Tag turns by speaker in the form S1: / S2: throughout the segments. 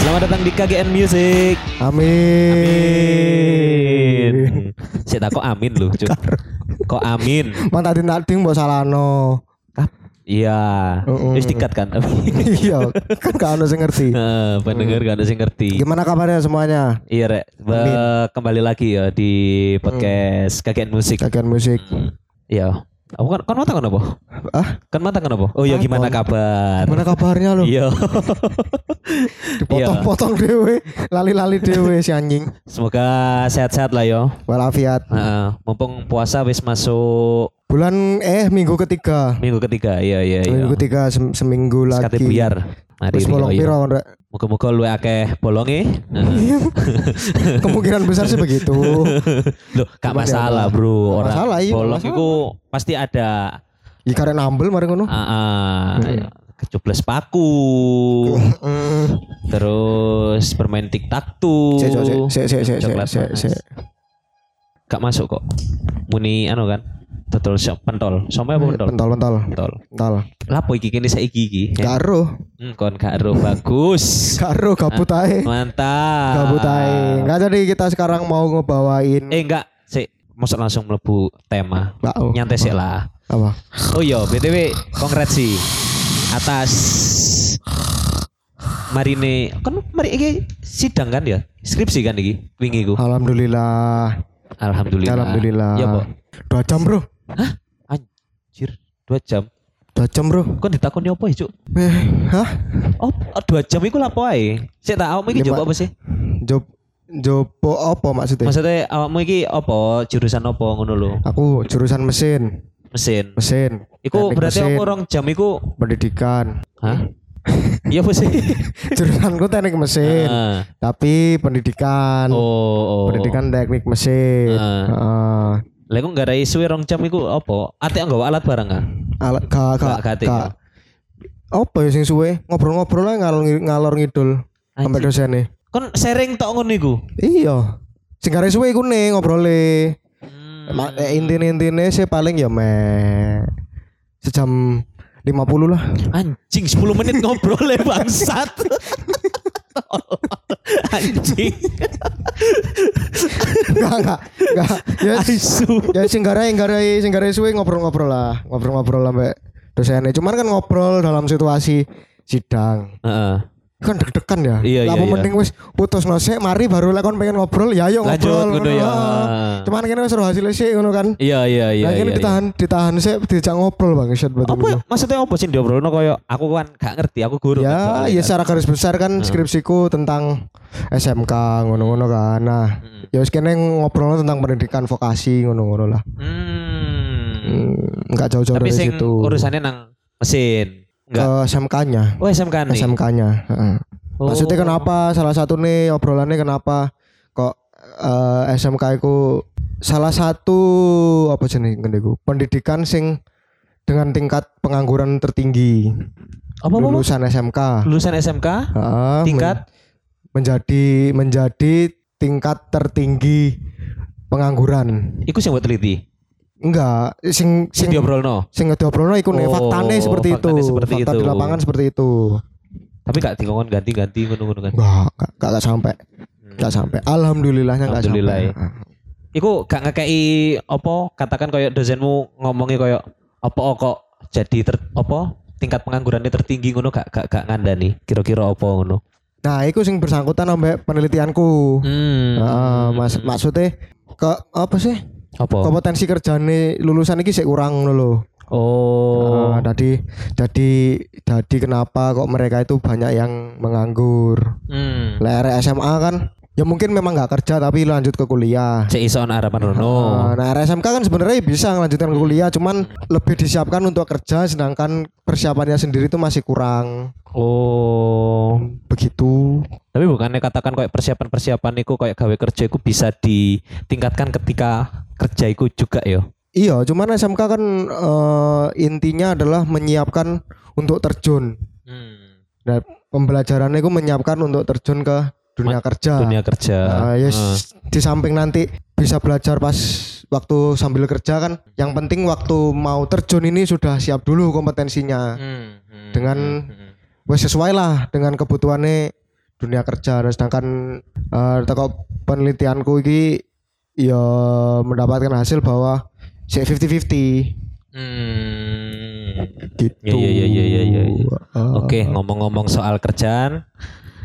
S1: Selamat datang di KGN Music.
S2: Amin.
S1: Saya tak kok amin lu, Cuk. Kok amin?
S2: Mantap tin ting mbok salano.
S1: Iya.
S2: Mm-mm.
S1: Wis dikat kan.
S2: Iya, kan gak ono sing ngerti.
S1: Nah, pendengar
S2: Mm.
S1: gak ada sih ngerti.
S2: Gimana kabarnya semuanya?
S1: Iya, Rek. Be- kembali lagi ya di
S2: Mm.
S1: podcast KGN Musik.
S2: Kagian musik.
S1: Iya. Aku kan kan mata kan apa?
S2: Ah,
S1: Kan mata kan apa? Oh iya gimana kabar?
S2: gimana kabarnya lo?
S1: Iya. Iya.
S2: Dipotong-potong dewe, lali-lali dewe si anjing.
S1: Semoga sehat-sehat lah yo.
S2: Walafiat.
S1: Heeh. mumpung puasa wis masuk
S2: Bulan eh minggu ketiga.
S1: minggu ketiga. Iya iya iya.
S2: Minggu ketiga sem- seminggu
S1: Sekate
S2: lagi.
S1: biar. Mari
S2: Wis
S1: Rio,
S2: bolong
S1: iya.
S2: piro kon, Rek?
S1: Muka-muka lu akeh bolonge. Heeh.
S2: Kemungkinan besar sih begitu.
S1: Loh, gak
S2: Cuman ya,
S1: masalah,
S2: Bang.
S1: Bro.
S2: Gak
S1: Orang
S2: masalah, iya, gak
S1: bolong
S2: masalah.
S1: itu pasti ada
S2: Ya karek nambel mari ngono.
S1: ah,
S2: Iya.
S1: ah, kecuples paku.
S2: Mm.
S1: terus bermain tiktok tuh.
S2: Sik, sik, sik, sik, sik, sik,
S1: Coklat
S2: sik,
S1: panas.
S2: sik.
S1: Gak masuk kok. Muni anu kan. Total shop pentol. Sampai apa pentol?
S2: Iya, Pentol, pentol,
S1: Pentol.
S2: pentol.
S1: Lapo iki kene saiki iki.
S2: Karo,
S1: Hmm, kon gak ero bagus.
S2: karo gabut
S1: Ah.
S2: ae.
S1: Mantap.
S2: Gabut ae. Enggak jadi kita sekarang mau ngebawain
S1: Eh enggak, sik. Masuk langsung mlebu tema.
S2: Lah, oh.
S1: Nyantai sik lah.
S2: apa?
S1: Oh iya, BTW kongres sih atas Marine kan mari iki sidang kan ya? Skripsi kan iki wingi ku.
S2: Alhamdulillah.
S1: Alhamdulillah.
S2: Alhamdulillah.
S1: Ya, Pak.
S2: Dua jam, Bro.
S1: Hah? Anjir, 2 jam.
S2: Dua jam, Bro.
S1: Kon ditakoni apa ya, Cuk?
S2: Eh, hah?
S1: Oh, 2 jam iku lapo ae? Sik tak awakmu iki
S2: Lima-
S1: jawab apa sih?
S2: Job jopo apa maksudnya?
S1: Maksudnya awakmu iki apa? Jurusan apa ngono lho?
S2: Aku jurusan mesin,
S1: Mesin.
S2: mesin.
S1: Iku
S2: Teknik
S1: berarti
S2: mesin,
S1: aku rong jam iku
S2: pendidikan.
S1: Hah? Iya apa sih?
S2: Jurusanku teknik mesin,
S1: Ah.
S2: tapi pendidikan.
S1: Oh, oh.
S2: Kan Pendidikan teknik mesin.
S1: Ah.
S2: Heeh.
S1: Lah iku nggak ada isu ya, rong jam iku apa? Ate nggawa alat barang ah?
S2: Alat ka ka
S1: Gak kate.
S2: ka. Apa ya sing suwe? Ngobrol-ngobrol ae ngalor ngalor ngidul. Sampai dosennya.
S1: Kon sering tok ngono iku.
S2: Iya. Sing gak suwe iku ne ngobrole. Ma- eh, Intine-intine sih paling ya meh sejam 50 lah.
S1: Anjing 10 menit ngobrol le bangsat. Anjing.
S2: Enggak enggak enggak. Ya
S1: Asu.
S2: ya sing garai sing garai sing garai suwe ngobrol-ngobrol lah, ngobrol-ngobrol sampai dosennya. Cuman kan ngobrol dalam situasi sidang.
S1: Heeh.
S2: Kan deg-degan ya.
S1: Iya, iya,
S2: Lah, apa
S1: iya.
S2: mending wis putus nosek mari baru lah kon pengen ngobrol ya ayo
S1: Lanjut,
S2: ngobrol.
S1: ngono ya.
S2: Ah. Cuman kene wis ro hasilnya sih ngono kan.
S1: Iya iya iya.
S2: Lah kene
S1: iya, iya.
S2: ditahan ditahan sih diajak ngobrol Bang Syed betul.
S1: Apa ya? maksudnya apa sih diobrolno koyo aku kan gak ngerti, aku guru. kan,
S2: Ya,
S1: soalnya
S2: ya
S1: kan.
S2: secara garis besar kan skripsiku tentang SMK ngono-ngono kan. Nah, ya wis kene ngobrol tentang pendidikan vokasi ngono-ngono lah.
S1: Hmm.
S2: Hmm, Enggak jauh-jauh
S1: Tapi
S2: dari
S1: sing
S2: situ.
S1: urusannya nang mesin.
S2: Ke
S1: Enggak.
S2: SMK-nya,
S1: Oh SMK nih.
S2: SMK-nya, heeh.
S1: Oh.
S2: Maksudnya kan kenapa salah satu nih obrolannya kenapa kok eh, SMK ku salah satu apa jenenge ngene iku? Pendidikan sing dengan tingkat pengangguran tertinggi.
S1: Apa apa? apa?
S2: lulusan SMK.
S1: Lulusan SMK?
S2: Heeh, men-
S1: Tingkat?
S2: menjadi menjadi tingkat tertinggi pengangguran.
S1: Iku sing buat teliti.
S2: Enggak, sing
S1: Sing
S2: sing
S1: diobrolno.
S2: sing ngediobrolno iku nih
S1: Oh,
S2: faktane seperti itu.
S1: faktane seperti
S2: Fakta di
S1: itu.
S2: lapangan seperti itu.
S1: Tapi gak dikongkon ganti-ganti ngono-ngono kan.
S2: Enggak, enggak enggak enggak sampai. Enggak sampai. Alhamdulillahnya enggak
S1: Alhamdulillah,
S2: sampai.
S1: ya. Iku gak ngekei apa katakan koyo dosenmu ngomongi koyo apa kok jadi ter, apa tingkat penganggurannya tertinggi ngono gak gak gak ngandani kira-kira apa ngono.
S2: Nah, iku sing bersangkutan sampai penelitianku.
S1: Hmm.
S2: Heeh, mas, maksudnya ke apa sih?
S1: apa?
S2: Kompetensi kerjane lulusan iki sik kurang ngono lho.
S1: Oh.
S2: Nah, tadi jadi jadi kenapa kok mereka itu banyak yang menganggur?
S1: Hmm.
S2: Lah arek SMA kan ya mungkin memang nggak kerja tapi lanjut ke kuliah.
S1: Cek ison harapan Rono.
S2: Nah, arek SMK kan sebenarnya bisa melanjutkan
S1: Hmm.
S2: ke kuliah, cuman lebih disiapkan untuk kerja sedangkan persiapannya sendiri itu masih kurang.
S1: Oh.
S2: Begitu.
S1: Tapi bukannya katakan koyo persiapan-persiapan iku koyo gawe kerja iku bisa ditingkatkan ketika kerja iku juga ya? yo.
S2: Iya, cuman SMK kan eh, intinya adalah menyiapkan untuk terjun.
S1: Hmm.
S2: Nah, pembelajarannya itu menyiapkan untuk terjun ke dunia kerja.
S1: Dunia kerja.
S2: Ah,
S1: Eh.
S2: ya, s- di samping nanti bisa belajar pas waktu sambil kerja kan yang penting waktu mau terjun ini sudah siap dulu kompetensinya
S1: Hmm, hmm,
S2: Dengan-
S1: hmm, hmm.
S2: Wes sesuai lah dengan kebutuhannya dunia kerja Nah, sedangkan eh teko penelitianku iki ya mendapatkan hasil bahwa si 50-50
S1: Hmm.
S2: gitu.
S1: Iya, iya, iya, iya, iya, iya.
S2: Eh,
S1: Oke, ngomong-ngomong soal kerjaan,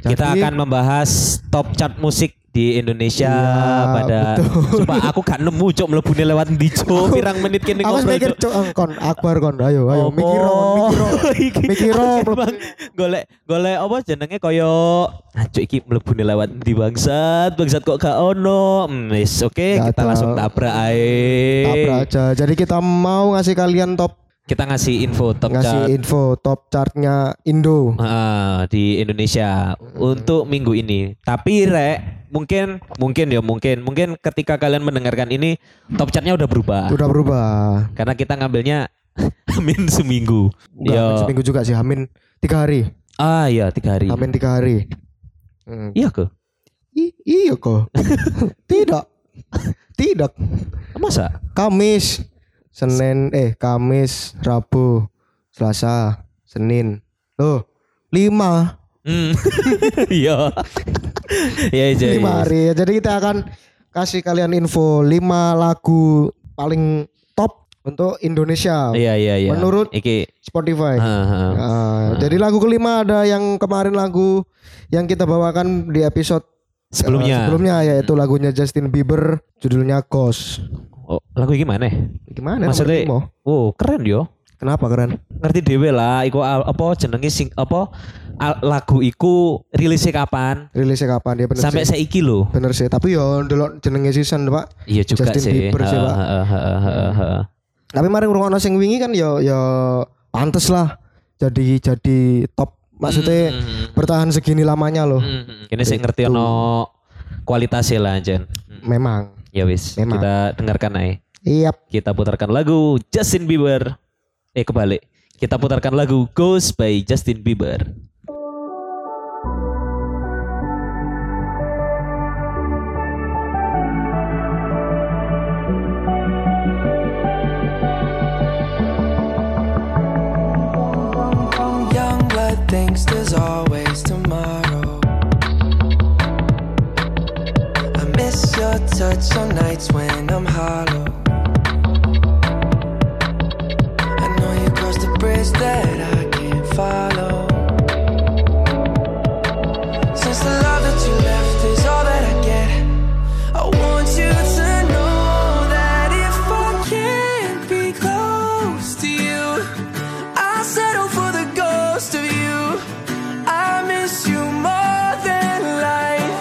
S1: kita
S2: Jadi-
S1: akan membahas top chart musik di Indonesia
S2: Iya,
S1: pada Sumpah aku gak nemu cok mlebune lewat ndi cok pirang menit kene
S2: Aku
S1: ngobrol,
S2: mikir
S1: Cuk.
S2: cok kon akbar kon ayo ayo
S1: Apa?
S2: mikir kon mikir
S1: Iki,
S2: mikir
S1: akeh bang golek golek apa jenenge koyo ancuk iki mlebune lewat ndi bangsat bangsat kok gak ono Hmm, wis oke
S2: Gak
S1: kita
S2: ada.
S1: langsung tabrak ae
S2: Tabrak aja. Jadi kita mau ngasih kalian top
S1: kita ngasih info top
S2: ngasih
S1: chart
S2: info top chartnya Indo.
S1: Ah, di Indonesia untuk minggu ini. Tapi rek, mungkin mungkin ya mungkin mungkin ketika kalian mendengarkan ini top chartnya udah berubah
S2: Udah berubah.
S1: karena kita ngambilnya Amin seminggu.
S2: Enggak,
S1: Yo.
S2: seminggu juga sih. Hamin tiga hari.
S1: Ah iya tiga hari.
S2: Hamin tiga hari. Hmm.
S1: Iya ke?
S2: I- iya kok. Tidak. Tidak.
S1: Masa?
S2: Kamis, Senin, eh Kamis, Rabu, Selasa, Senin. Loh, lima,
S1: Hmm. Iya. Iya iya, iya.
S2: lima hari. ya. Jadi kita akan kasih kalian info lima lagu paling top untuk Indonesia
S1: Iya iya iya.
S2: Menurut- Eh.
S1: Iki.
S2: Spotify.
S1: Ah, ah.
S2: Ah, Jadi lagu kelima ada yang kemarin lagu yang kita bawakan di episode eh,
S1: Sebelumnya. Hmm.
S2: sebelumnya yaitu lagunya Justin Bieber judulnya Ghost.
S1: Oh, lagu gimana?
S2: Gimana?
S1: Maksudnya-
S2: Mas Timo?
S1: Oh keren yo.
S2: Kenapa keren?
S1: ngerti dewe lah iku al- apa jenenge sing apa al- lagu iku rilisnya kapan
S2: Rilisnya kapan dia bener
S1: sampai
S2: sih.
S1: saiki lho
S2: Bener sih, tapi yo ndelok jenenge season Pak.
S1: iya juga
S2: Justin
S1: sih
S2: Bieber sih,
S1: Heeh,
S2: Pak.
S1: heeh, heeh, heeh, heeh.
S2: Tapi mari ngrungokno sing wingi kan yo yo pantes lah. Jadi jadi top maksudnya bertahan segini lamanya loh.
S1: Hmm, ini sih ngerti ono kualitasnya lah Jen
S2: Memang.
S1: ya wis
S2: Memang.
S1: kita dengarkan aja
S2: Iya.
S1: kita putarkan lagu Justin Bieber eh kebalik kita putarkan lagu Ghost by Justin Bieber
S3: Young blood thinks there's always tomorrow. I miss your touch on nights when I'm hollow. I know you crossed the bridge that I can't follow. Since the love that you left is all that I get, I want you to know that if I can't be close to you. I settle for the ghost of you. I miss you more than life.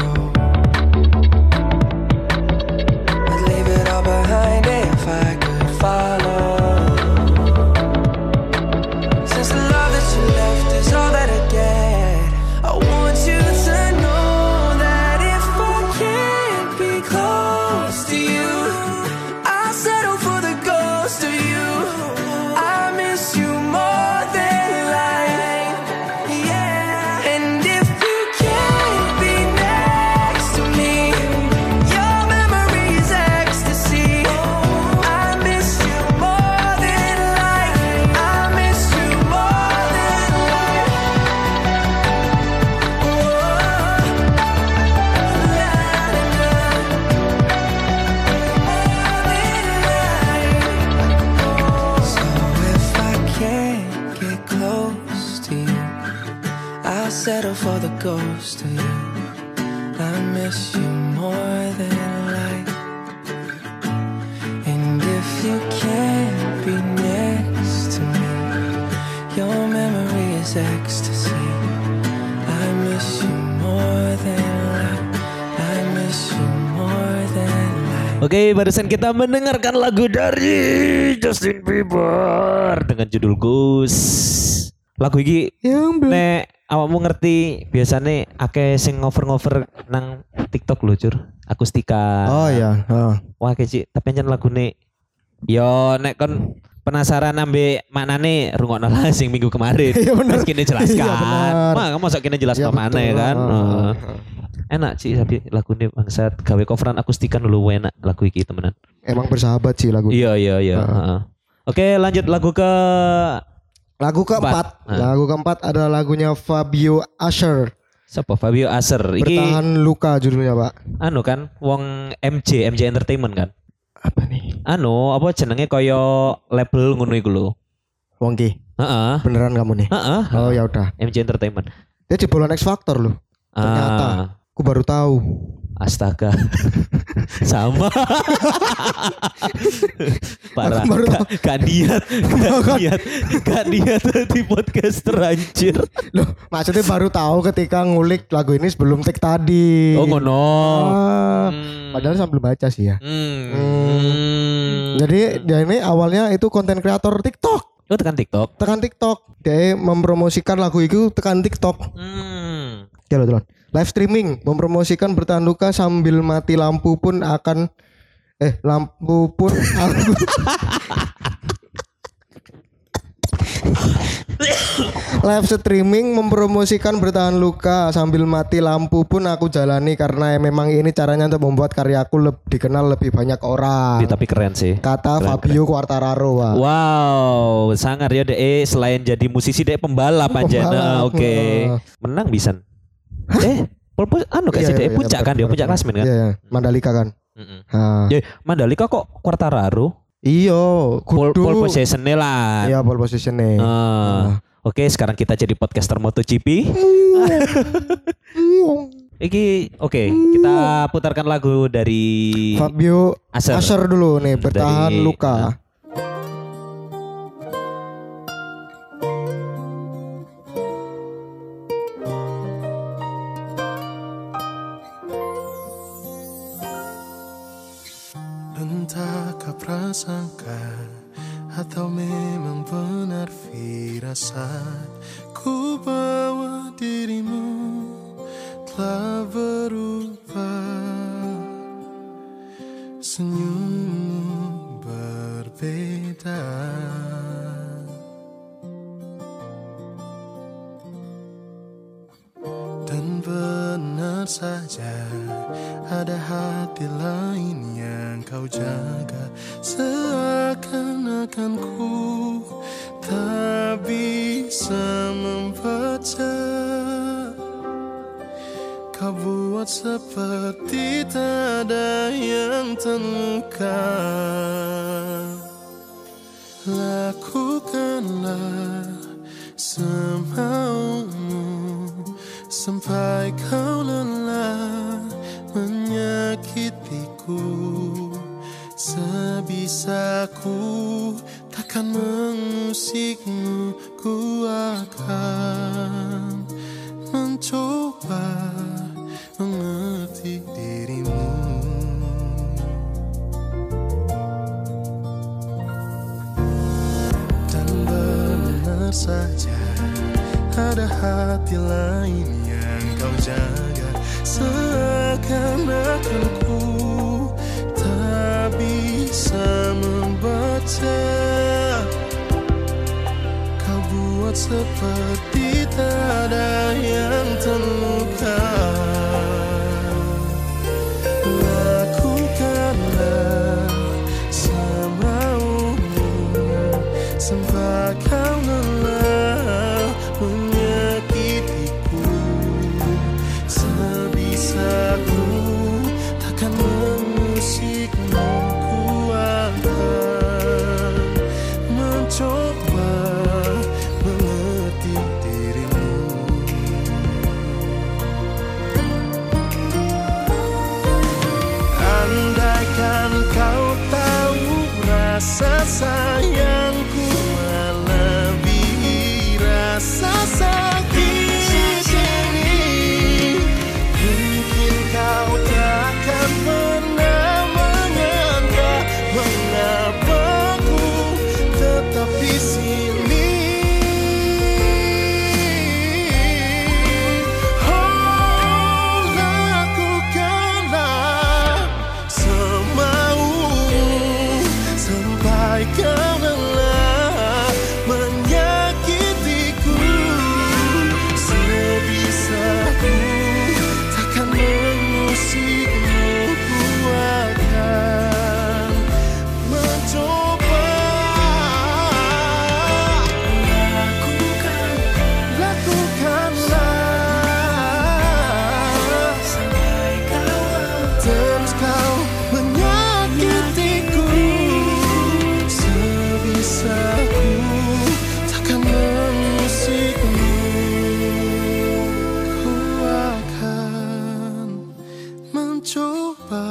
S3: I'd leave it all behind if I could follow. Since the love that you left is all that I get, I want you to know that if I can't be close to you, I settle for the ghost of you. I miss you more than life. Yeah. And if you can't be next to me, your memory is ecstasy. I miss you more than life. I miss you more than life. Oh, So if I can't get close to you. I settle for the ghost of you. I miss you more than life. And if you can't be next to me, your memory is ecstasy. I miss you more than life. I miss you more than life.
S1: Oke, barusan kita mendengarkan lagu dari Justin Bieber dengan judul Ghost. Lagu ini
S2: Yang belum
S1: nek awakmu ngerti biasanya akeh sing ngover-ngover nang TikTok lho, Cur. akustika.
S2: oh iya heeh.
S1: Wah kecil tapi nyen lagune. Yo nek kon penasaran ambe maknane rungokno lah sing minggu kemarin.
S2: Iya, bener.
S1: Terus kene
S2: Iya,
S1: jelaskan.
S2: bener.
S1: Wah, kamu sok kene jelas
S2: Iya,
S1: mana ya
S2: betul.
S1: kan.
S2: Heeh.
S1: Heeh. Enak sih tapi lagune bangsat gawe coveran akustikan dulu enak lagu iki temenan.
S2: emang bersahabat sih lagu
S1: Iya iya iya.
S2: Heeh.
S1: Heeh. Oke lanjut lagu ke
S2: lagu keempat
S1: Heeh.
S2: lagu keempat adalah lagunya Fabio Asher
S1: siapa Fabio Aser. Iki
S2: bertahan luka judulnya pak
S1: anu kan wong MJ MJ Entertainment kan.
S2: apa nih
S1: Anu apa jenenge koyo label ngono iku lho.
S2: Wongki
S1: Heeh.
S2: beneran kamu nih
S1: Heeh.
S2: oh ya udah
S1: MJ Entertainment.
S2: dia jebolan X Factor loh Ternyata.
S1: Ah.
S2: aku baru tahu
S1: Astaga. Sama. Parah.
S2: Aku baru
S1: Gak, gak niat, gak niat, gak niat di podcast teranjir.
S2: loh maksudnya baru tahu ketika ngulik lagu ini sebelum take tadi
S1: Oh ngono.
S2: Iya. Ah,
S1: Hmm.
S2: padahal sambil baca sih ya
S1: Hmm.
S2: Hmm. Jadi dia ini awalnya itu konten kreator TikTok.
S1: Oh tekan TikTok.
S2: Tekan TikTok. Dia mempromosikan lagu itu tekan TikTok.
S1: Hmm.
S2: Jalan jalan. Live streaming mempromosikan bertahan luka sambil mati lampu pun akan eh lampu pun aku Live streaming mempromosikan bertahan luka sambil mati lampu pun aku jalani karena memang ini caranya untuk membuat karyaku lebih dikenal lebih banyak orang.
S1: Ih, Tapi keren sih.
S2: Kata
S1: Keren,
S2: Fabio Quartararo, Pak.
S1: Wow, sangar ya deh. Selain jadi musisi deh pembalap aja. Nah,
S2: Oh, Pembalap,
S1: Oke,
S2: heeh.
S1: menang bisa. Eh, pole anu gak sih deh? Puncak kan dia, puncak klasmen kan.
S2: Iya, iya. Mandalika kan.
S1: Mm-mm.
S2: Ha.
S1: Ya, Mandalika kok Quartararo?
S2: Iya,
S1: Pole,
S2: kudu.
S1: pole position lah.
S2: Iya, Ah. pole position nih.
S1: Eh, Oke, sekarang kita jadi podcaster MotoGP. Iki, oke, kita putarkan lagu dari
S2: Uh. Fabio
S1: Aser.
S2: Asher dulu nih, bertahan
S1: Dari-
S2: luka.
S3: Entahkah prasangka atau memang benar firasat Ku bahwa dirimu telah berubah Senyummu berbeda Dan benar saja ada hati lain yang kau jaga Seakan-akan ku tak bisa membaca Kau buat seperti tak ada yang terluka Lakukanlah semaumu Sampai kau lelah menyakitiku Sebisaku takkan mengusikmu Ku akan mencoba mengerti dirimu dan benar saja ada hati lain yang kau jaga seakan-akan ku tak bisa membaca kau buat seperti tak ada yang terluka Lakukanlah semaumu Sampai kau lelah menyakitiku Sebisaku takkan mengusikmu Ku akan mencoba mengerti dirimu Andaikan kau tahu rasa sayangku melebihi rasa sakit ini Mungkin kan mencoba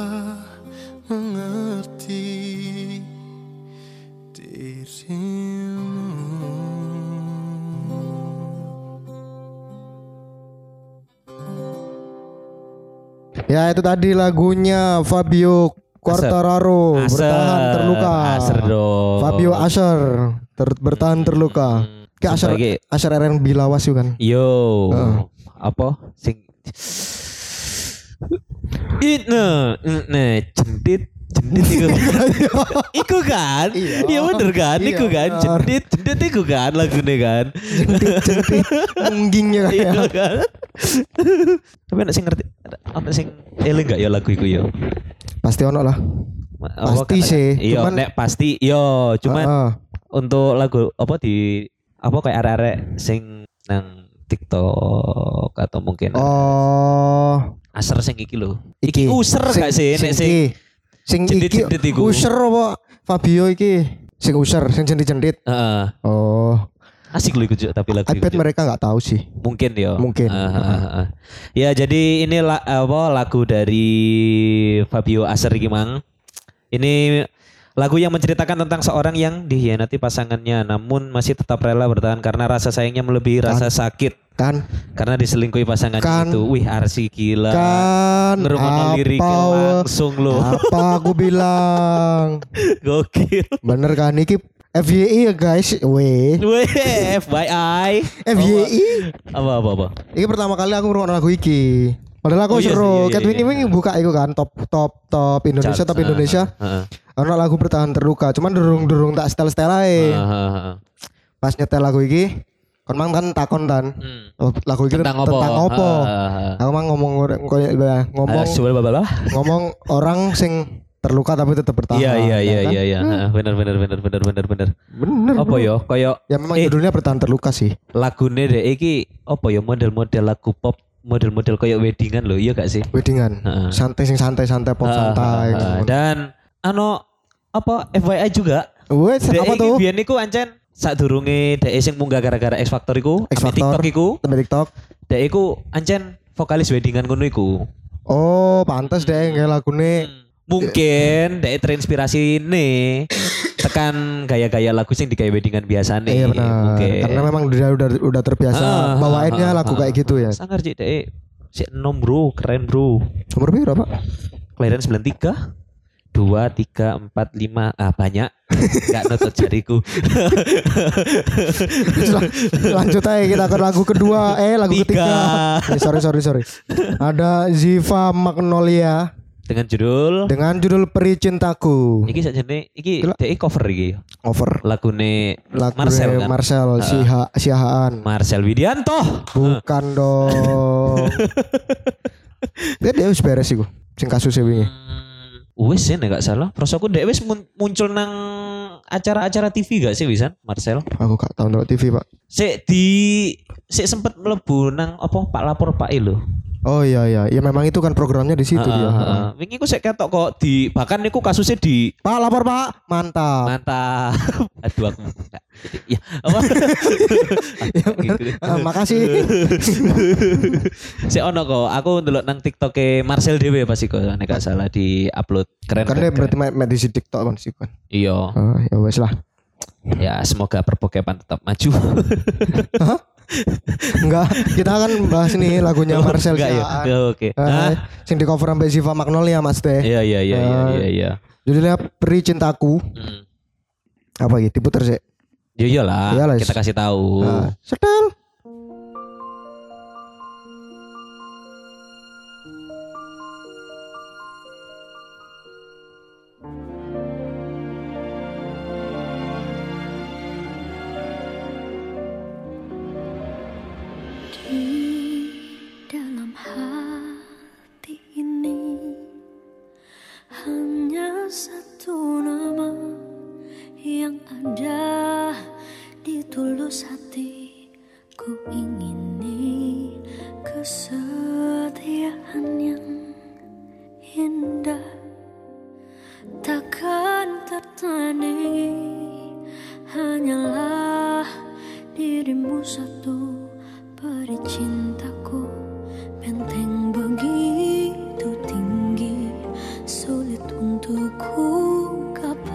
S3: mengerti dirimu.
S2: Ya itu tadi lagunya Fabio Quartararo
S1: Aser.
S2: bertahan terluka.
S1: Aser dong. Hmm.
S2: Fabio Asher ter- bertahan terluka. Kayak Asher
S1: Sebagai-
S2: Asher RNB lawas juga kan.
S1: Yo.
S2: Heeh.
S1: Apa sing Itne, itne, jendit, jendit iku. iku kan?
S2: Iya.
S1: Iya bener kan?
S2: Iya,
S1: Iku kan
S2: bener.
S1: jendit, jendit iku kan lagune kan.
S2: Jentik-jentik munggingnya kan ya.
S1: Iya kan? Tapi nek sing ngerti ana sing eling gak ya lagu iku ya?
S2: Pasti ono lah.
S1: Apa
S2: Pasti
S1: katakan?
S2: sih,
S1: Iya,
S2: cuman- Ah,
S1: nek pasti yo, cuman
S2: Heeh.
S1: untuk lagu apa di apa kayak arek-arek sing nang TikTok atau mungkin
S2: oh
S1: aser sing iki lho. Iki user gak sih nek sing
S2: iki. sing iki
S1: jendit-jendit iku.
S2: user apa Fabio iki sing user sing jendit-jendit.
S1: Heeh.
S2: Oh,
S1: asik lho iku Cuk, tapi lagu iku,
S2: I bet
S1: Cuk.
S2: mereka nggak tahu sih.
S1: mungkin ya.
S2: Mungkin.
S1: Heeh, heeh, heeh. Ya jadi ini la- apa lagu dari Fabio Aser iki Mang. Ini lagu yang menceritakan tentang seorang yang dikhianati pasangannya namun masih tetap rela bertahan karena rasa sayangnya melebihi rasa sakit
S2: Kan
S1: karena diselingkuhi pasangannya
S2: Kan.
S1: itu. Wih, Arsi gila.
S2: kan
S1: ngerungokno lirik
S2: apa
S1: langsung lo
S2: apa aku bilang
S1: gokil
S2: bener kan iki FYI ya guys weh
S1: weh FYI
S2: FYI
S1: apa apa apa
S2: ini pertama kali aku ngerungokno lagu iki padahal aku
S1: Oh, iya sih,
S2: seru
S1: iya, iya,
S2: Cat Winnie
S1: iya.
S2: wingi buka iku kan top top top Indonesia
S1: Charles,
S2: top Indonesia
S1: heeh,
S2: ana lagu bertahan terluka cuman derung derung tak setel setel
S1: heeh,
S2: ae
S1: heeh, heeh.
S2: pas nyetel lagu iki kon mang kan takon tan Oh,
S1: Hmm.
S2: lagu iki
S1: tentang Ah. apa
S2: tentang opo
S1: Heeh, heeh.
S2: aku mang ngomong ngomong
S1: Ah, sebelah bawah, bawah.
S2: ngomong orang sing terluka tapi tetap bertahan
S1: iya iya
S2: ya
S1: iya
S2: kan?
S1: iya iya Heeh, bener bener bener bener bener bener
S2: Bener.
S1: apa
S2: bro.
S1: yo koyo
S2: Ya memang
S1: Eh.
S2: judulnya bertahan terluka sih.
S1: lagune deh iki apa yo model-model lagu pop model-model koyo weddingan lho iya gak sih
S2: Weddingan.
S1: Heeh.
S2: Santai sing santai santai pop
S1: Heeh,
S2: santai. gitu.
S1: heeh, heeh. dan ano apa FYI juga
S2: Wes
S1: Dek
S2: apa
S1: iki
S2: tuh?
S1: biyen iku ancen sadurunge dek sing munggah gara-gara X Factor iku,
S2: X
S1: ame
S2: Factor.
S1: TikTok iku,
S2: Tempat TikTok.
S1: dek iku ancen vokalis weddingan ngono iku.
S2: Oh, pantas deh kayak lagune.
S1: Mungkin dek terinspirasi nih tekan gaya-gaya lagu sing digawe weddingan biasane.
S2: Iya benar.
S1: Mungkin.
S2: Karena memang dia udah udah terbiasa
S1: Ah,
S2: bawainnya
S1: ah,
S2: lagu
S1: ah,
S2: kayak gitu ya.
S1: Sangar cik dek si enom bro, keren bro.
S2: Umur piro, Pak?
S1: Kelahiran 93 dua tiga empat lima ah banyak nggak nutut jariku
S2: Lanjut aja kita ke lagu kedua. Eh, lagu
S1: Tiga.
S2: ketiga. Eh, sorry, sorry, sorry. Ada Ziva Magnolia
S1: dengan judul
S2: dengan judul Peri Cintaku.
S1: iki sakjane iki
S2: Gila.
S1: dek cover iki
S2: Over.
S1: lagune
S2: Lagu
S1: Marcel kan?
S2: Marcel Siha, Sihaan.
S1: Marcel Widianto.
S2: Bukan dong. Dia dia wis beres iku. Sing kasus wingi.
S1: Wis ya nek gak salah. Prosoku dek wis mun- muncul nang acara-acara TV gak sih Wisan Marcel?
S2: Aku gak tau nonton TV, Pak.
S1: Sik di sik sempet mlebu nang apa Pak Lapor Pak Ilo.
S2: Oh iya iya, ya memang itu kan programnya di situ dia.
S1: Heeh. Wingi ku sik ketok kok di bahkan niku kasusnya di
S2: Pak lapor Pak, mantap.
S1: mantap. Aduh aku enggak. Ya apa?
S2: Ya,
S1: gitu.
S2: bener. Ah, makasih.
S1: Sik ono kok aku ndelok nang TikToke Marcel dhewe pasti kok nek gak salah di upload. Keren. keren,
S2: Karena berarti
S1: keren.
S2: main di sidik tok kan sih kan.
S1: Iya.
S2: Ah, ya wes lah.
S1: Ya semoga perpokepan tetap maju.
S2: Hah? Enggak, kita akan bahas nih lagunya
S1: Oh,
S2: Marcel
S1: enggak ya?
S2: Sihaan.
S1: Oh, Oke.
S2: Ah,
S1: Hah?
S2: sing di cover sampai Ziva Magnolia Mas Teh.
S1: Iya iya iya iya
S2: Ah.
S1: iya iya.
S2: Judulnya Peri Cintaku.
S1: Hmm.
S2: Apa gitu? Diputer sih.
S1: Ya iyalah,
S2: Iyalah,
S1: kita
S2: s-
S1: kasih tahu.
S2: Ah, setel.
S4: Di dalam hati ini hanya satu nama yang ada di tulus hatiku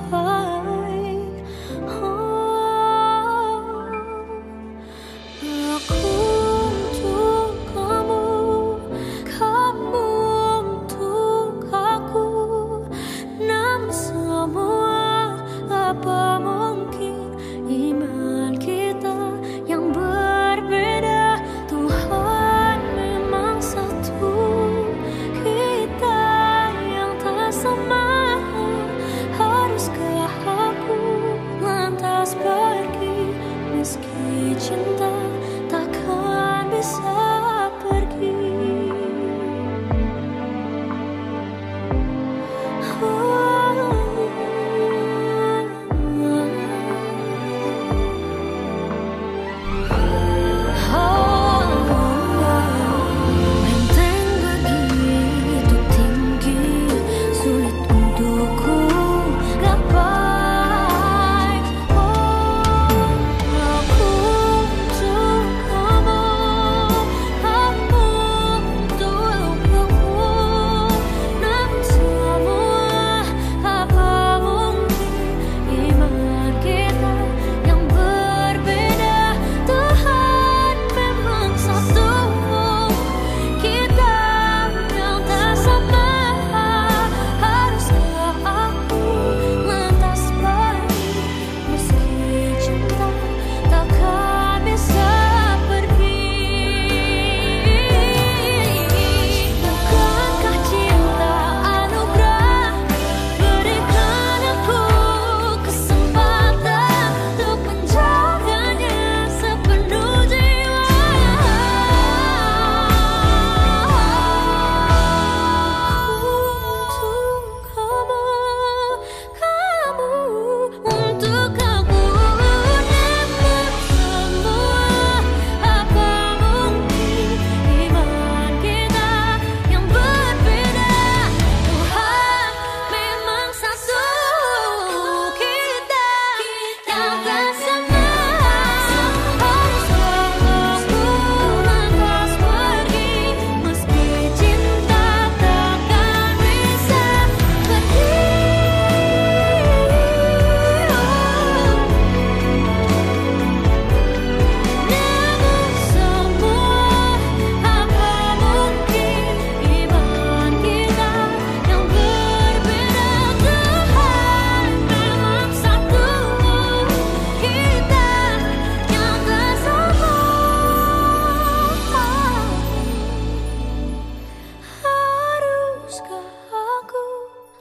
S4: Oh. Oh.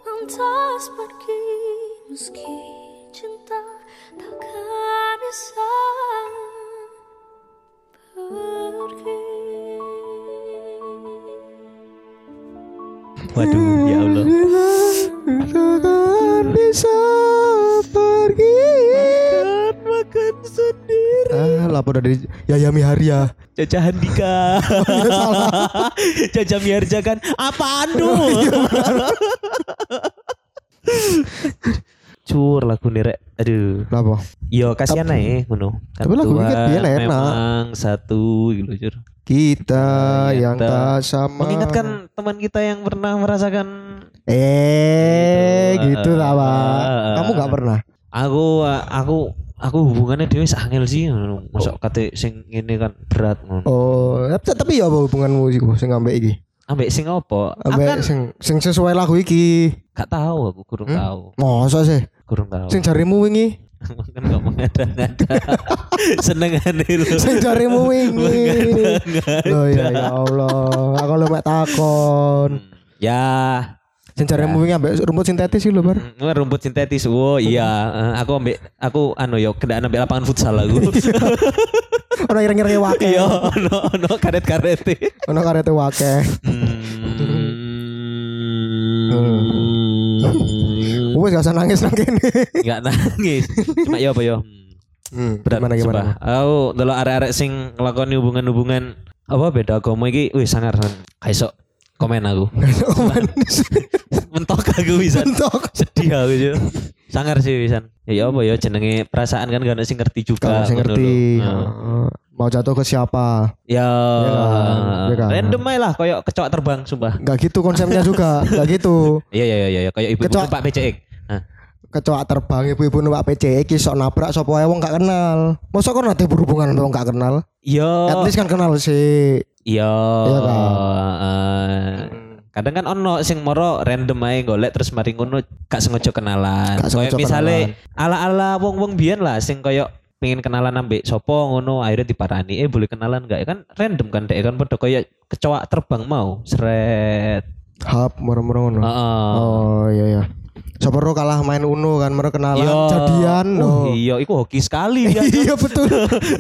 S4: lepas pergi meski cinta takkan bisa pergi.
S1: Waduh, ya Allah.
S2: Takkan bisa pergi
S1: Makan sendiri.
S2: Ah lapor dari Yayami ya? Haria
S1: Caca Handika. Caca Miharja kan apaan
S2: iya,
S1: tuh? Cur lagu nirek. Aduh.
S2: Lapo
S1: Yo kasihan ae ngono. Kan
S2: Tapi lagu
S1: tua
S2: Wicked dia Ah. enak.
S1: Memang satu gitu Cur.
S2: Kita
S1: Ternyata
S2: yang tak sama
S1: Mengingatkan teman kita yang pernah merasakan
S2: Eh
S1: Gitu.
S2: gitu lah pak
S1: Ah.
S2: Kamu gak pernah
S1: aku aku aku hubungannya dhewe sak angel sih ngono. Mosok kate sing ngene kan berat ngono.
S2: Oh tapi- tapi ya apa hubunganmu sih Sing ambek iki
S1: Ambek sing opo? Aku
S2: Ambek
S1: kan
S2: sing, sing sesuai lagu iki
S1: gak tahu aku kurang
S2: Hmm?
S1: tahu.
S2: Masa sih
S1: Kurang tahu.
S2: Sing jarimu wingi
S1: kan gak mengada-ngada senengane lu
S2: Sing jarimu wingi Loh ya ya Allah Aku lu mek takon
S1: ya
S2: Sing jarimu wingi ambek rumput sintetis sih lho bar
S1: mm, rumput sintetis wo iya eh, aku ambek aku anu yo kendaan ambek lapangan futsal aku
S2: Ono ireng-irenge wake
S1: yo ono ono karet-karet
S2: Ono karete wake
S1: Hmm.
S2: Wes gak usah nangis nang kene
S1: nggak nangis cuma yo apa yo
S2: Hmm,
S1: berat
S2: gimana gimana
S1: sumpah. aku delok arek-arek sing nglakoni hubungan-hubungan apa beda agama iki wih sangar sangar. kaisok komen aku mentok aku bisa
S2: Bentok
S1: sedih aku yo. Sangar sih pisan. Ya apa ya jenenge perasaan kan gak ada sing ngerti
S2: Kalau
S1: juga.
S2: saya
S1: ngono lho.
S2: ngerti
S1: Nah.
S2: Heeh. Iya. Mau jatuh ke siapa
S1: Ya.
S2: Iya kan, iya kan.
S1: Random ae lah koyo kecoak terbang sumpah.
S2: Gak gitu konsepnya juga Gak gitu
S1: Iya iya iya iya koyo ibu-ibu
S2: Kecoak.
S1: numpak PCX. Nah,
S2: Kecoak terbang ibu-ibu numpak PCX Sok nabrak sopo ae wong gak kenal Masa kok nanti berhubungan sama wong gak kenal
S1: Yo.
S2: At least kan kenal sih
S1: Yo.
S2: Iya kan.
S1: eh, kadang kan ono sing moro random ae golek terus mari ngono gak sengaja kenalan.
S2: Gak
S1: Koyo
S2: sengaja
S1: misale ala-ala wong-wong biyen lah sing koyo pengen kenalan ambek sopo ngono akhirnya diparani eh boleh kenalan gak kan random kan dek kan padha koyo kecoak terbang mau seret
S2: Hap merem-merem ngono.
S1: Heeh.
S2: Oh iya iya Sopo ro kalah main Uno kan Mereka kenalan
S1: Yo.
S2: Jadian
S1: Oh,
S2: loh
S1: Iya, iku hoki sekali ya.
S2: Iya betul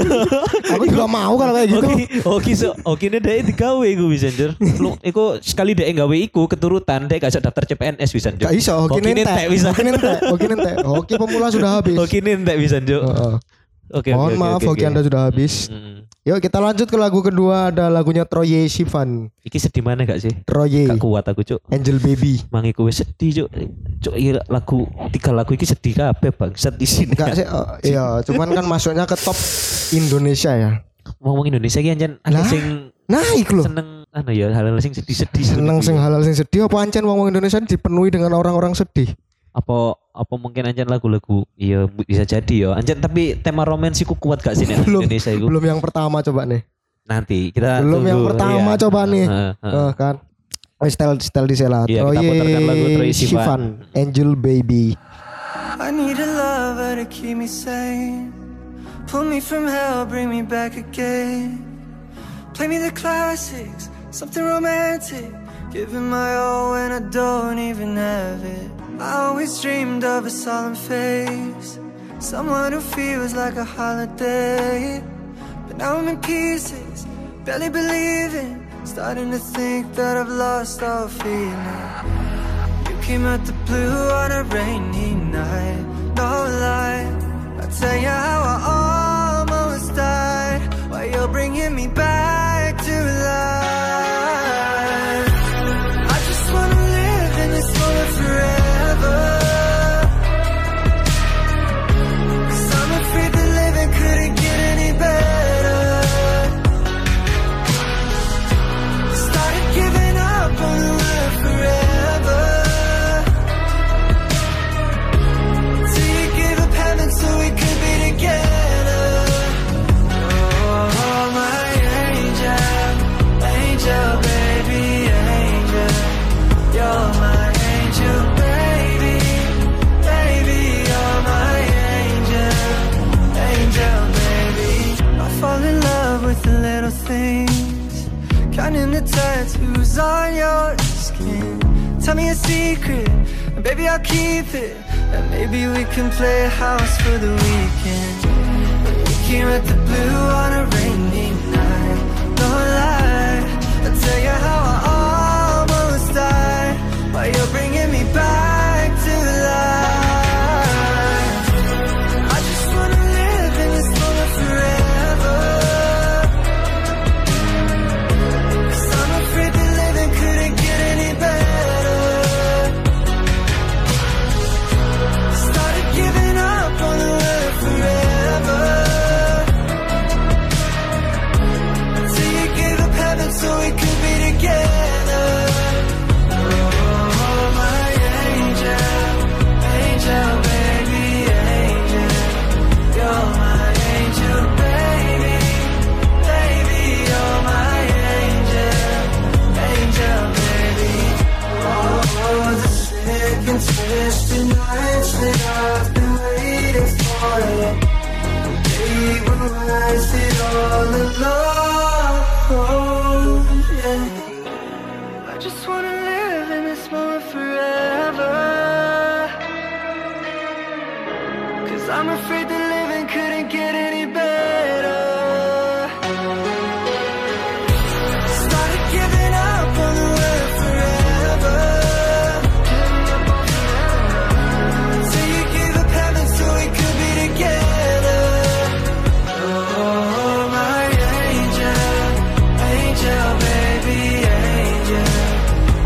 S2: Aku juga mau kalau kayak gitu
S1: Hoki, hoki so, hoki ini dek digawe iku bisa jer. Lu, iku sekali dek gawe iku keturutan dek gak daftar CPNS bisa jer.
S2: Gak iso Hoki nentek
S1: bisa.
S2: Hoki nentek Hoki nentek Hoki pemula sudah habis
S1: Hoki nentek bisa jer.
S2: Heeh.
S1: Oke, oke,
S2: Mohon
S1: oke,
S2: maaf
S1: oke,
S2: Hoki
S1: oke.
S2: anda sudah habis
S1: Mm.
S2: Yuk kita lanjut ke lagu kedua Ada lagunya Troye Sivan
S1: Iki sedih mana gak sih?
S2: Troye
S1: Gak kuat aku cuk.
S2: Angel Baby
S1: Mangi kowe sedih cuk. Cuk iya lagu tiga lagu iki sedih kabeh bangsat di sini.
S2: Enggak sih eh, Iya cuman kan masuknya ke top Indonesia ya
S1: Ngomong Indonesia iki anjen ada
S2: Lah.
S1: sing
S2: Naik loh
S1: seneng anu ya hal-hal sing sedih-sedih.
S2: Seneng sing halal sing sedih Apa ancen wong Indonesia dipenuhi dengan orang-orang sedih
S1: apa apa mungkin anjan lagu-lagu iya bu- bisa jadi ya anjan tapi tema romans iku kuat gak sih nek
S2: Belum.
S1: Indonesia iku
S2: Belum yang pertama coba nih
S1: nanti kita
S2: Belum
S1: tunggu,
S2: yang pertama
S1: iya.
S2: coba nih.
S1: Heeh, heeh.
S2: Eh, kan Wis style style di sela.
S1: Iya, kita putarkan lagu Troye Sivan.
S2: Angel Baby.
S3: I need a lover to keep me sane. Pull me from hell, bring me back again. Play me the classics, something romantic. Giving my all when I don't even have it. I always dreamed of a solemn face. Someone who feels like a holiday. But now I'm in pieces, barely believing. Starting to think that I've lost all feeling. You came out the blue on a rainy night. No lie, I tell you how I almost died. Why you're bringing me back to life? I just wanna live in this moment forever. Cause I'm afraid the living couldn't get any better. Started giving up on the world forever. Till you gave up heaven so we could be together. Oh, Tell me a secret, and baby, I'll keep it. And maybe we can play house for the weekend. We can at the blue on a rainy night. No lie, I'll tell you how I almost died. While you're bringing me back to life. I just wanna live in this moment forever. Cause I'm afraid that living couldn't get any better. Started giving up on the love forever. Till you gave up heaven so we could be together. Oh, my angel, angel, baby, angel. You're my angel, baby, baby, you're my angel. Angel, baby. Oh, the sick and twisted nights that I've been waiting for it. They were wasted all along. Yeah. I just wanna live in this moment forever. Cause I'm afraid that living couldn't get any better. Started giving up on the love forever. Till you gave up heaven so we could be together. Oh, my angel, angel, baby, angel.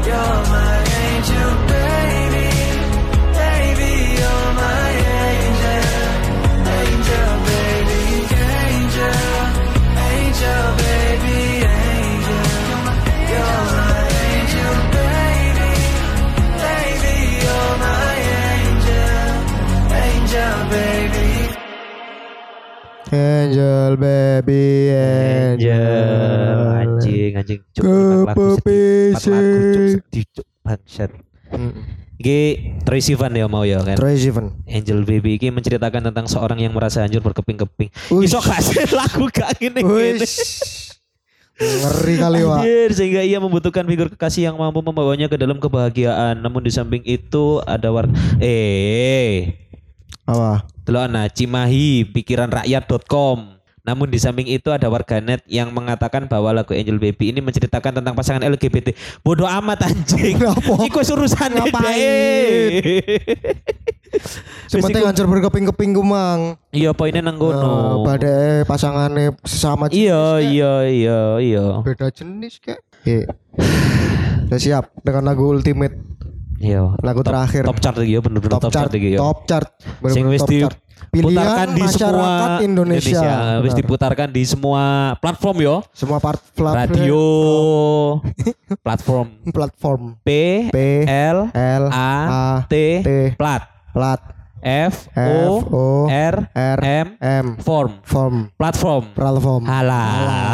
S3: You're my angel, baby, baby. You're my angel, angel, baby, angel, angel, baby, angel. You're my angel, baby, baby. You're my angel, angel, baby.
S2: Angel baby
S1: Angel, anjing, anjing. Cuk, empat lagu sedih, empat lagu, cuk,
S2: Kepepising.
S1: sedih, cuk, bangsat. Iki Troy Sivan ya mau ya kan.
S2: Troy Sivan.
S1: Angel Baby ini menceritakan tentang seorang yang merasa hancur berkeping-keping.
S2: Uish.
S1: Iso gak sih lagu gak gini gini.
S2: Wish. Ngeri kali Wak.
S1: Anjir, sehingga ia membutuhkan figur kekasih yang mampu membawanya ke dalam kebahagiaan. Namun di samping itu ada warga eh
S2: Apa?
S1: Delona Cimahi pikiran rakyat.com. Namun di samping itu ada warganet yang mengatakan bahwa lagu Angel Baby ini menceritakan tentang pasangan LGBT. Bodoh amat anjing.
S2: Kenapa?
S1: Iku urusan
S2: Ngapain? Sementing hancur berkeping-keping kumang.
S1: Iya poinnya nang
S2: Oh,
S1: kono.
S2: Badai pasangannya sesama jenis
S1: Iya
S2: kek.
S1: iya iya iya.
S2: Beda jenis kek. Iya. Udah siap dengan lagu Ultimate.
S1: Iya.
S2: Lagu
S1: Top-
S2: terakhir.
S1: Top chart iki ya bener-bener
S2: Top, chart,
S1: iki ya.
S2: top chart. Bener-bener
S1: Sing wis
S2: top chart.
S1: diputarkan di semua
S2: masyarakat Indonesia.
S1: Wis
S2: Benar.
S1: diputarkan di semua platform yo.
S2: Semua part plat-
S1: Radio platform
S2: platform
S1: P,
S2: P,
S1: L
S2: L,
S1: A
S2: A,
S1: T
S2: T,
S1: plat
S2: plat
S1: F
S2: F,
S1: O,
S2: O,
S1: R,
S2: R,
S1: M
S2: M
S1: form
S2: form
S1: platform
S2: platform.
S1: halah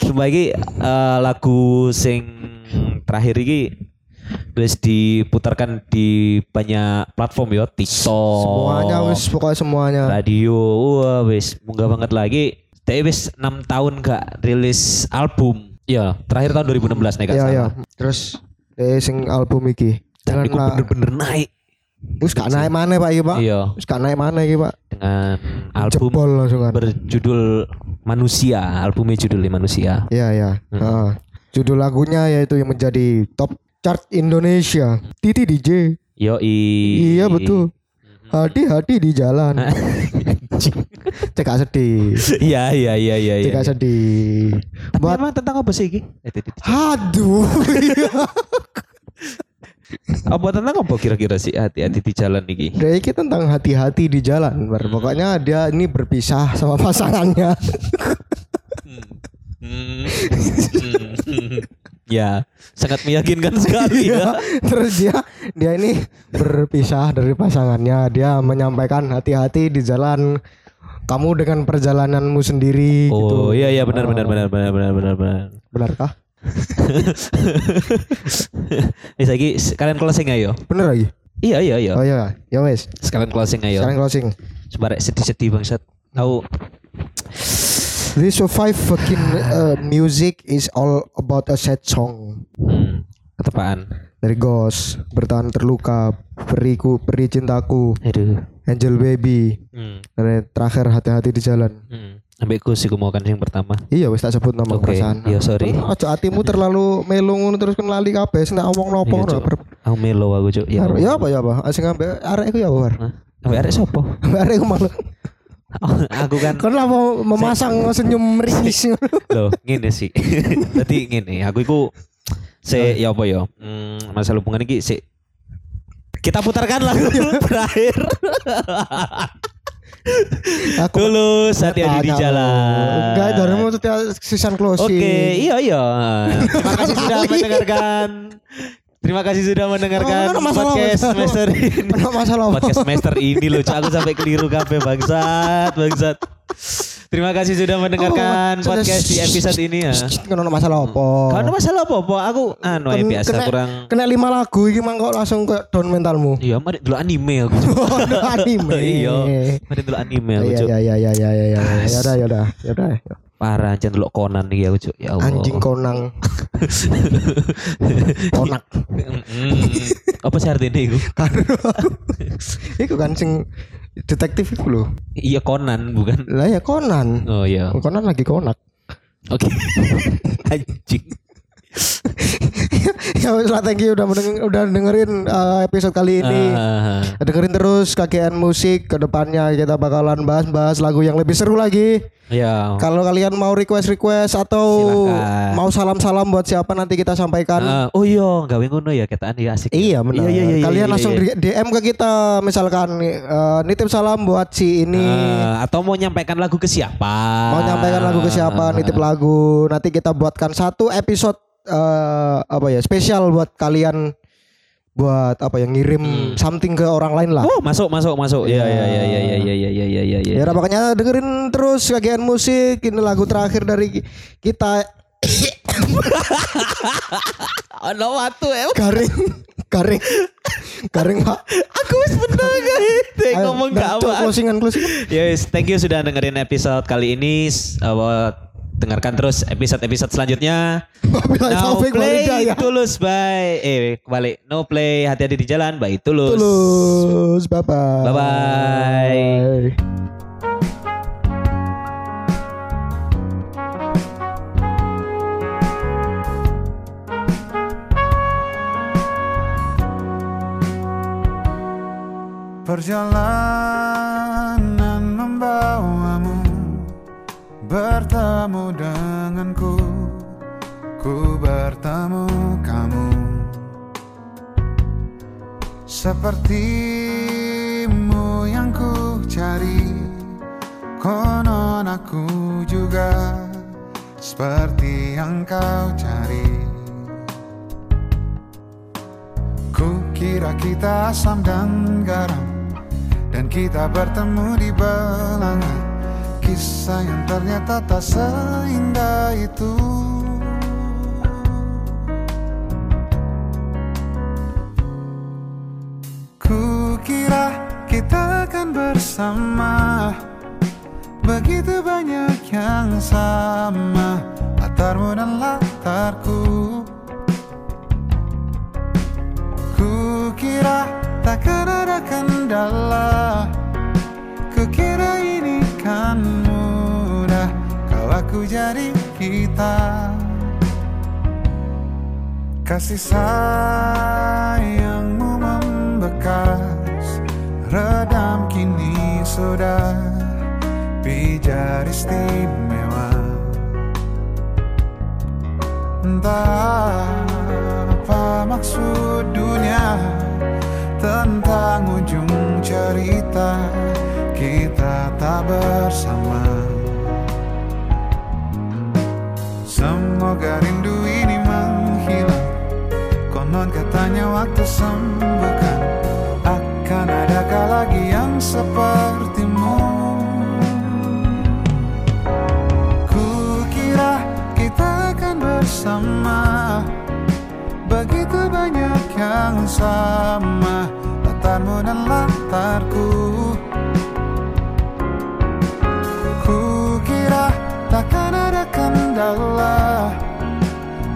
S1: Sumpah iki eh, lagu sing terakhir iki wis diputarkan di banyak platform yo TikTok
S2: Semuanya wis ya. pokoknya semuanya.
S1: radio wah wis munggah banget lagi Dia wis 6 tahun gak rilis album ya terakhir tahun 2016 nih gak
S2: Iya
S1: salah
S2: iya. Terus eh sing album iki.
S1: dan
S2: Dengan
S1: iku
S2: na-
S1: bener-bener naik
S2: wis gak naik mana Pak iki Pak?
S1: Iya.
S2: Wis gak naik mana iki Pak?
S1: dengan album
S2: Jebol langsung kan.
S1: berjudul Manusia albumnya judulnya Manusia
S2: Iya iya.
S1: Hmm.
S2: Heeh. Judul lagunya yaitu yang menjadi top chart Indonesia. Titi DJ.
S1: Yoi
S2: Iya betul. Hati-hati di jalan. Cek gak sedih.
S1: Iya iya iya iya iya
S2: Cek gak sedih.
S1: Tapi
S2: Buat
S1: emang tentang apa sih ini? Eh, tadi-
S2: aduh.
S1: Apa Oh, tentang apa kira-kira sih hati-hati di jalan ini?
S2: Dari ini tentang hati-hati di jalan. Bar. Pokoknya dia ini berpisah sama pasangannya.
S1: ya sangat meyakinkan sekali ya
S2: Iya. Terus dia dia ini berpisah dari pasangannya. Dia menyampaikan hati-hati di jalan. Kamu dengan perjalananmu sendiri
S1: Oh
S2: gitu.
S1: iya iya benar benar benar benar benar benar benar.
S2: Benarkah?
S1: Wis lagi sekalian closing ayo.
S2: Bener lagi.
S1: Iya iya iya.
S2: Oh iya, ya wes.
S1: Sekalian closing ayo.
S2: Sekarang closing.
S1: Sebarek sedih-sedih bangsat. Aku
S2: This so five fucking uh, music is all about a sad song
S1: Hmm, ketepaan.
S2: dari Ghost, bertahan terluka, periku, peri cintaku,
S1: Aduh.
S2: Angel Baby,
S1: Hmm,
S2: dan yang terakhir hati-hati di jalan.
S1: hmm. Ambek ku sih ku mau kan yang pertama.
S2: Iya wis tak sebut nama
S1: Oke,
S2: perasaan.
S1: iya, sorry.
S2: Oh, Aja atimu terlalu melu ngono terus kan lali kabeh sing tak omong nopo
S1: Iya,
S2: ora
S1: Cuk. Aku melo aku cuk.
S2: Ya,
S1: Ya.
S2: ya apa ya apa? Asing ambek arek iku ya war.
S1: Hah? Ambek arek sopo?
S2: Arek iku malu.
S1: Oh, aku kan
S2: Kon lah mau memasang senyum ringis.
S1: Loh, ngene sih. Dadi ngene, aku iku se ya apa ya? Hmm, masalah hubungan iki sik kita putarkan lagu terakhir.
S2: Aku
S1: Dulu Satya Adi di jalan.
S2: Enggak, dari mau setiap season closing.
S1: Oke, iya iya. Terima kasih sudah mendengarkan. Terima kasih sudah mendengarkan
S2: Kan masalah
S1: podcast
S2: apa?
S1: semester ini.
S2: Ada masalah apa?
S1: Podcast semester ini loh, Cak. aku sampai keliru kafe bangsat, bangsat. Terima kasih sudah mendengarkan
S2: Apa?
S1: podcast di episode ini ya.
S2: Kan ono masalah apa?
S1: Kau ada masalah apa-apa? Aku anu ya
S2: Kan
S1: biasa
S2: kena-
S1: kurang
S2: Kena lima lagu iki mang kok langsung ke down mentalmu.
S1: Iya, mari dulu anime aku.
S2: Ono Oh, anime. Ya,
S1: iya, mari dulu anime aku. Cuk.
S2: Iya iya iya iya iya iya. Ya udah ya udah ya udah.
S1: Parah anjir dulu Conan iki aku, Cuk. Ya Allah.
S2: Anjing konang. Konak.
S1: Mm-mm. Apa sih artinya itu?
S2: Iku kan sing detektif iku lho.
S1: Iya Conan bukan.
S2: Lah ya konan.
S1: Oh iya.
S2: Konan lagi konak.
S1: Oke. Anjing.
S2: ya wes lah thank you udah mendeng- udah dengerin uh, episode kali ini.
S1: Ah,
S2: Dengerin terus KGN musik ke depannya kita bakalan bahas-bahas lagu yang lebih seru lagi.
S1: ya.
S2: Kalau kalian mau request-request atau
S1: Silakan.
S2: mau salam-salam buat siapa nanti kita sampaikan.
S1: Ah, oh iya, gawe ngono ya ketaan ya asik. ya.
S2: Anu, Iya
S1: Iya
S2: benar.
S1: iya iya.
S2: Kalian
S1: iya,
S2: langsung
S1: iya.
S2: di- DM ke kita misalkan eh, nitip salam buat si ini.
S1: Ah, atau mau nyampaikan lagu ke siapa?
S2: mau nyampaikan lagu ke
S1: Ah.
S2: siapa, nitip lagu. Nanti kita buatkan satu episode eh, apa ya spesial buat kalian buat apa ya
S1: Hmm.
S2: ngirim something ke orang lain lah.
S1: Oh, masuk masuk masuk. Iya iya iya iya iya iya iya iya iya.
S2: Ya udah, makanya dengerin terus kagian musik. Ini lagu terakhir dari ki- kita
S1: Ono watu eh.
S2: garing garing garing Pak.
S1: Aku wis bener guys.
S2: Ayo,
S1: Eh,
S2: nah,
S1: Ngomong
S2: dah,
S1: gak
S2: cuk,
S1: apa.
S2: Closingan closingan.
S1: Yes, Ya, thank you sudah dengerin episode kali ini. S- uh, dengarkan terus episode-episode selanjutnya.
S2: Wabillahi
S1: Now
S2: taufik wal
S1: play
S2: hidayah.
S1: tulus by eh balik no play hati-hati di jalan by tulus.
S2: Tulus, bye bye.
S1: Bye bye.
S5: Perjalanan membawamu bertemu denganku Ku bertemu kamu Sepertimu yang ku cari Konon aku juga Seperti yang kau cari Ku kira kita asam dan garam Dan kita bertemu di belanga Kisah yang ternyata tak seindah itu Ku kira kita akan bersama Begitu banyak yang sama Latarmu dan latarku Ku kira takkan ada kendala Ku kira ini kan mudah Kalau aku jadi kita Kasih sayangmu membekas Redam kini sudah Pijar istimewa Entah apa maksud dunia Tentang ujung cerita Kita tak bersama Semoga rindu ini menghilang Konon katanya waktu sembuhkan Akan adakah lagi yang sepertimu Ku kira kita akan bersama Begitu banyak yang sama Latarmu dan latarku Ku kira tak takkan ada kendala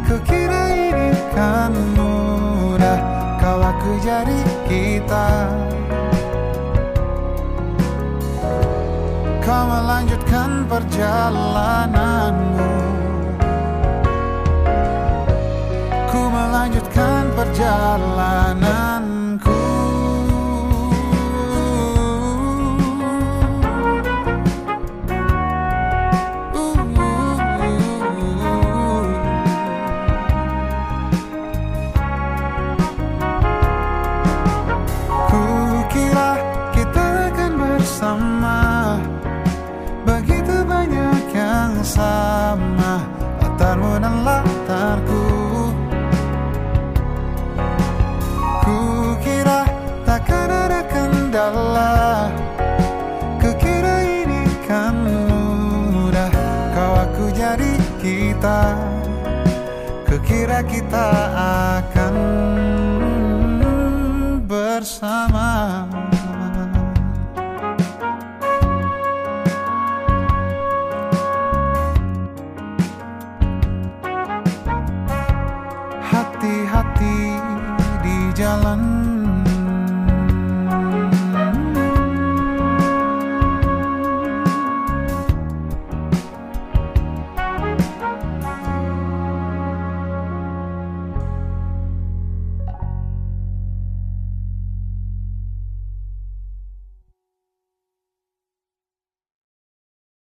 S5: Kukira ini kan mudah Kau aku jadi kita Kau melanjutkan perjalananmu Ku melanjutkan perjalananku Kukira kita akan bersama Begitu banyak yang sama Latarmu dan latarku Kukira takkan ada kendala Kukira ini kan mudah Kau aku jadi kita Kukira kita akan bersama hati-hati di jalan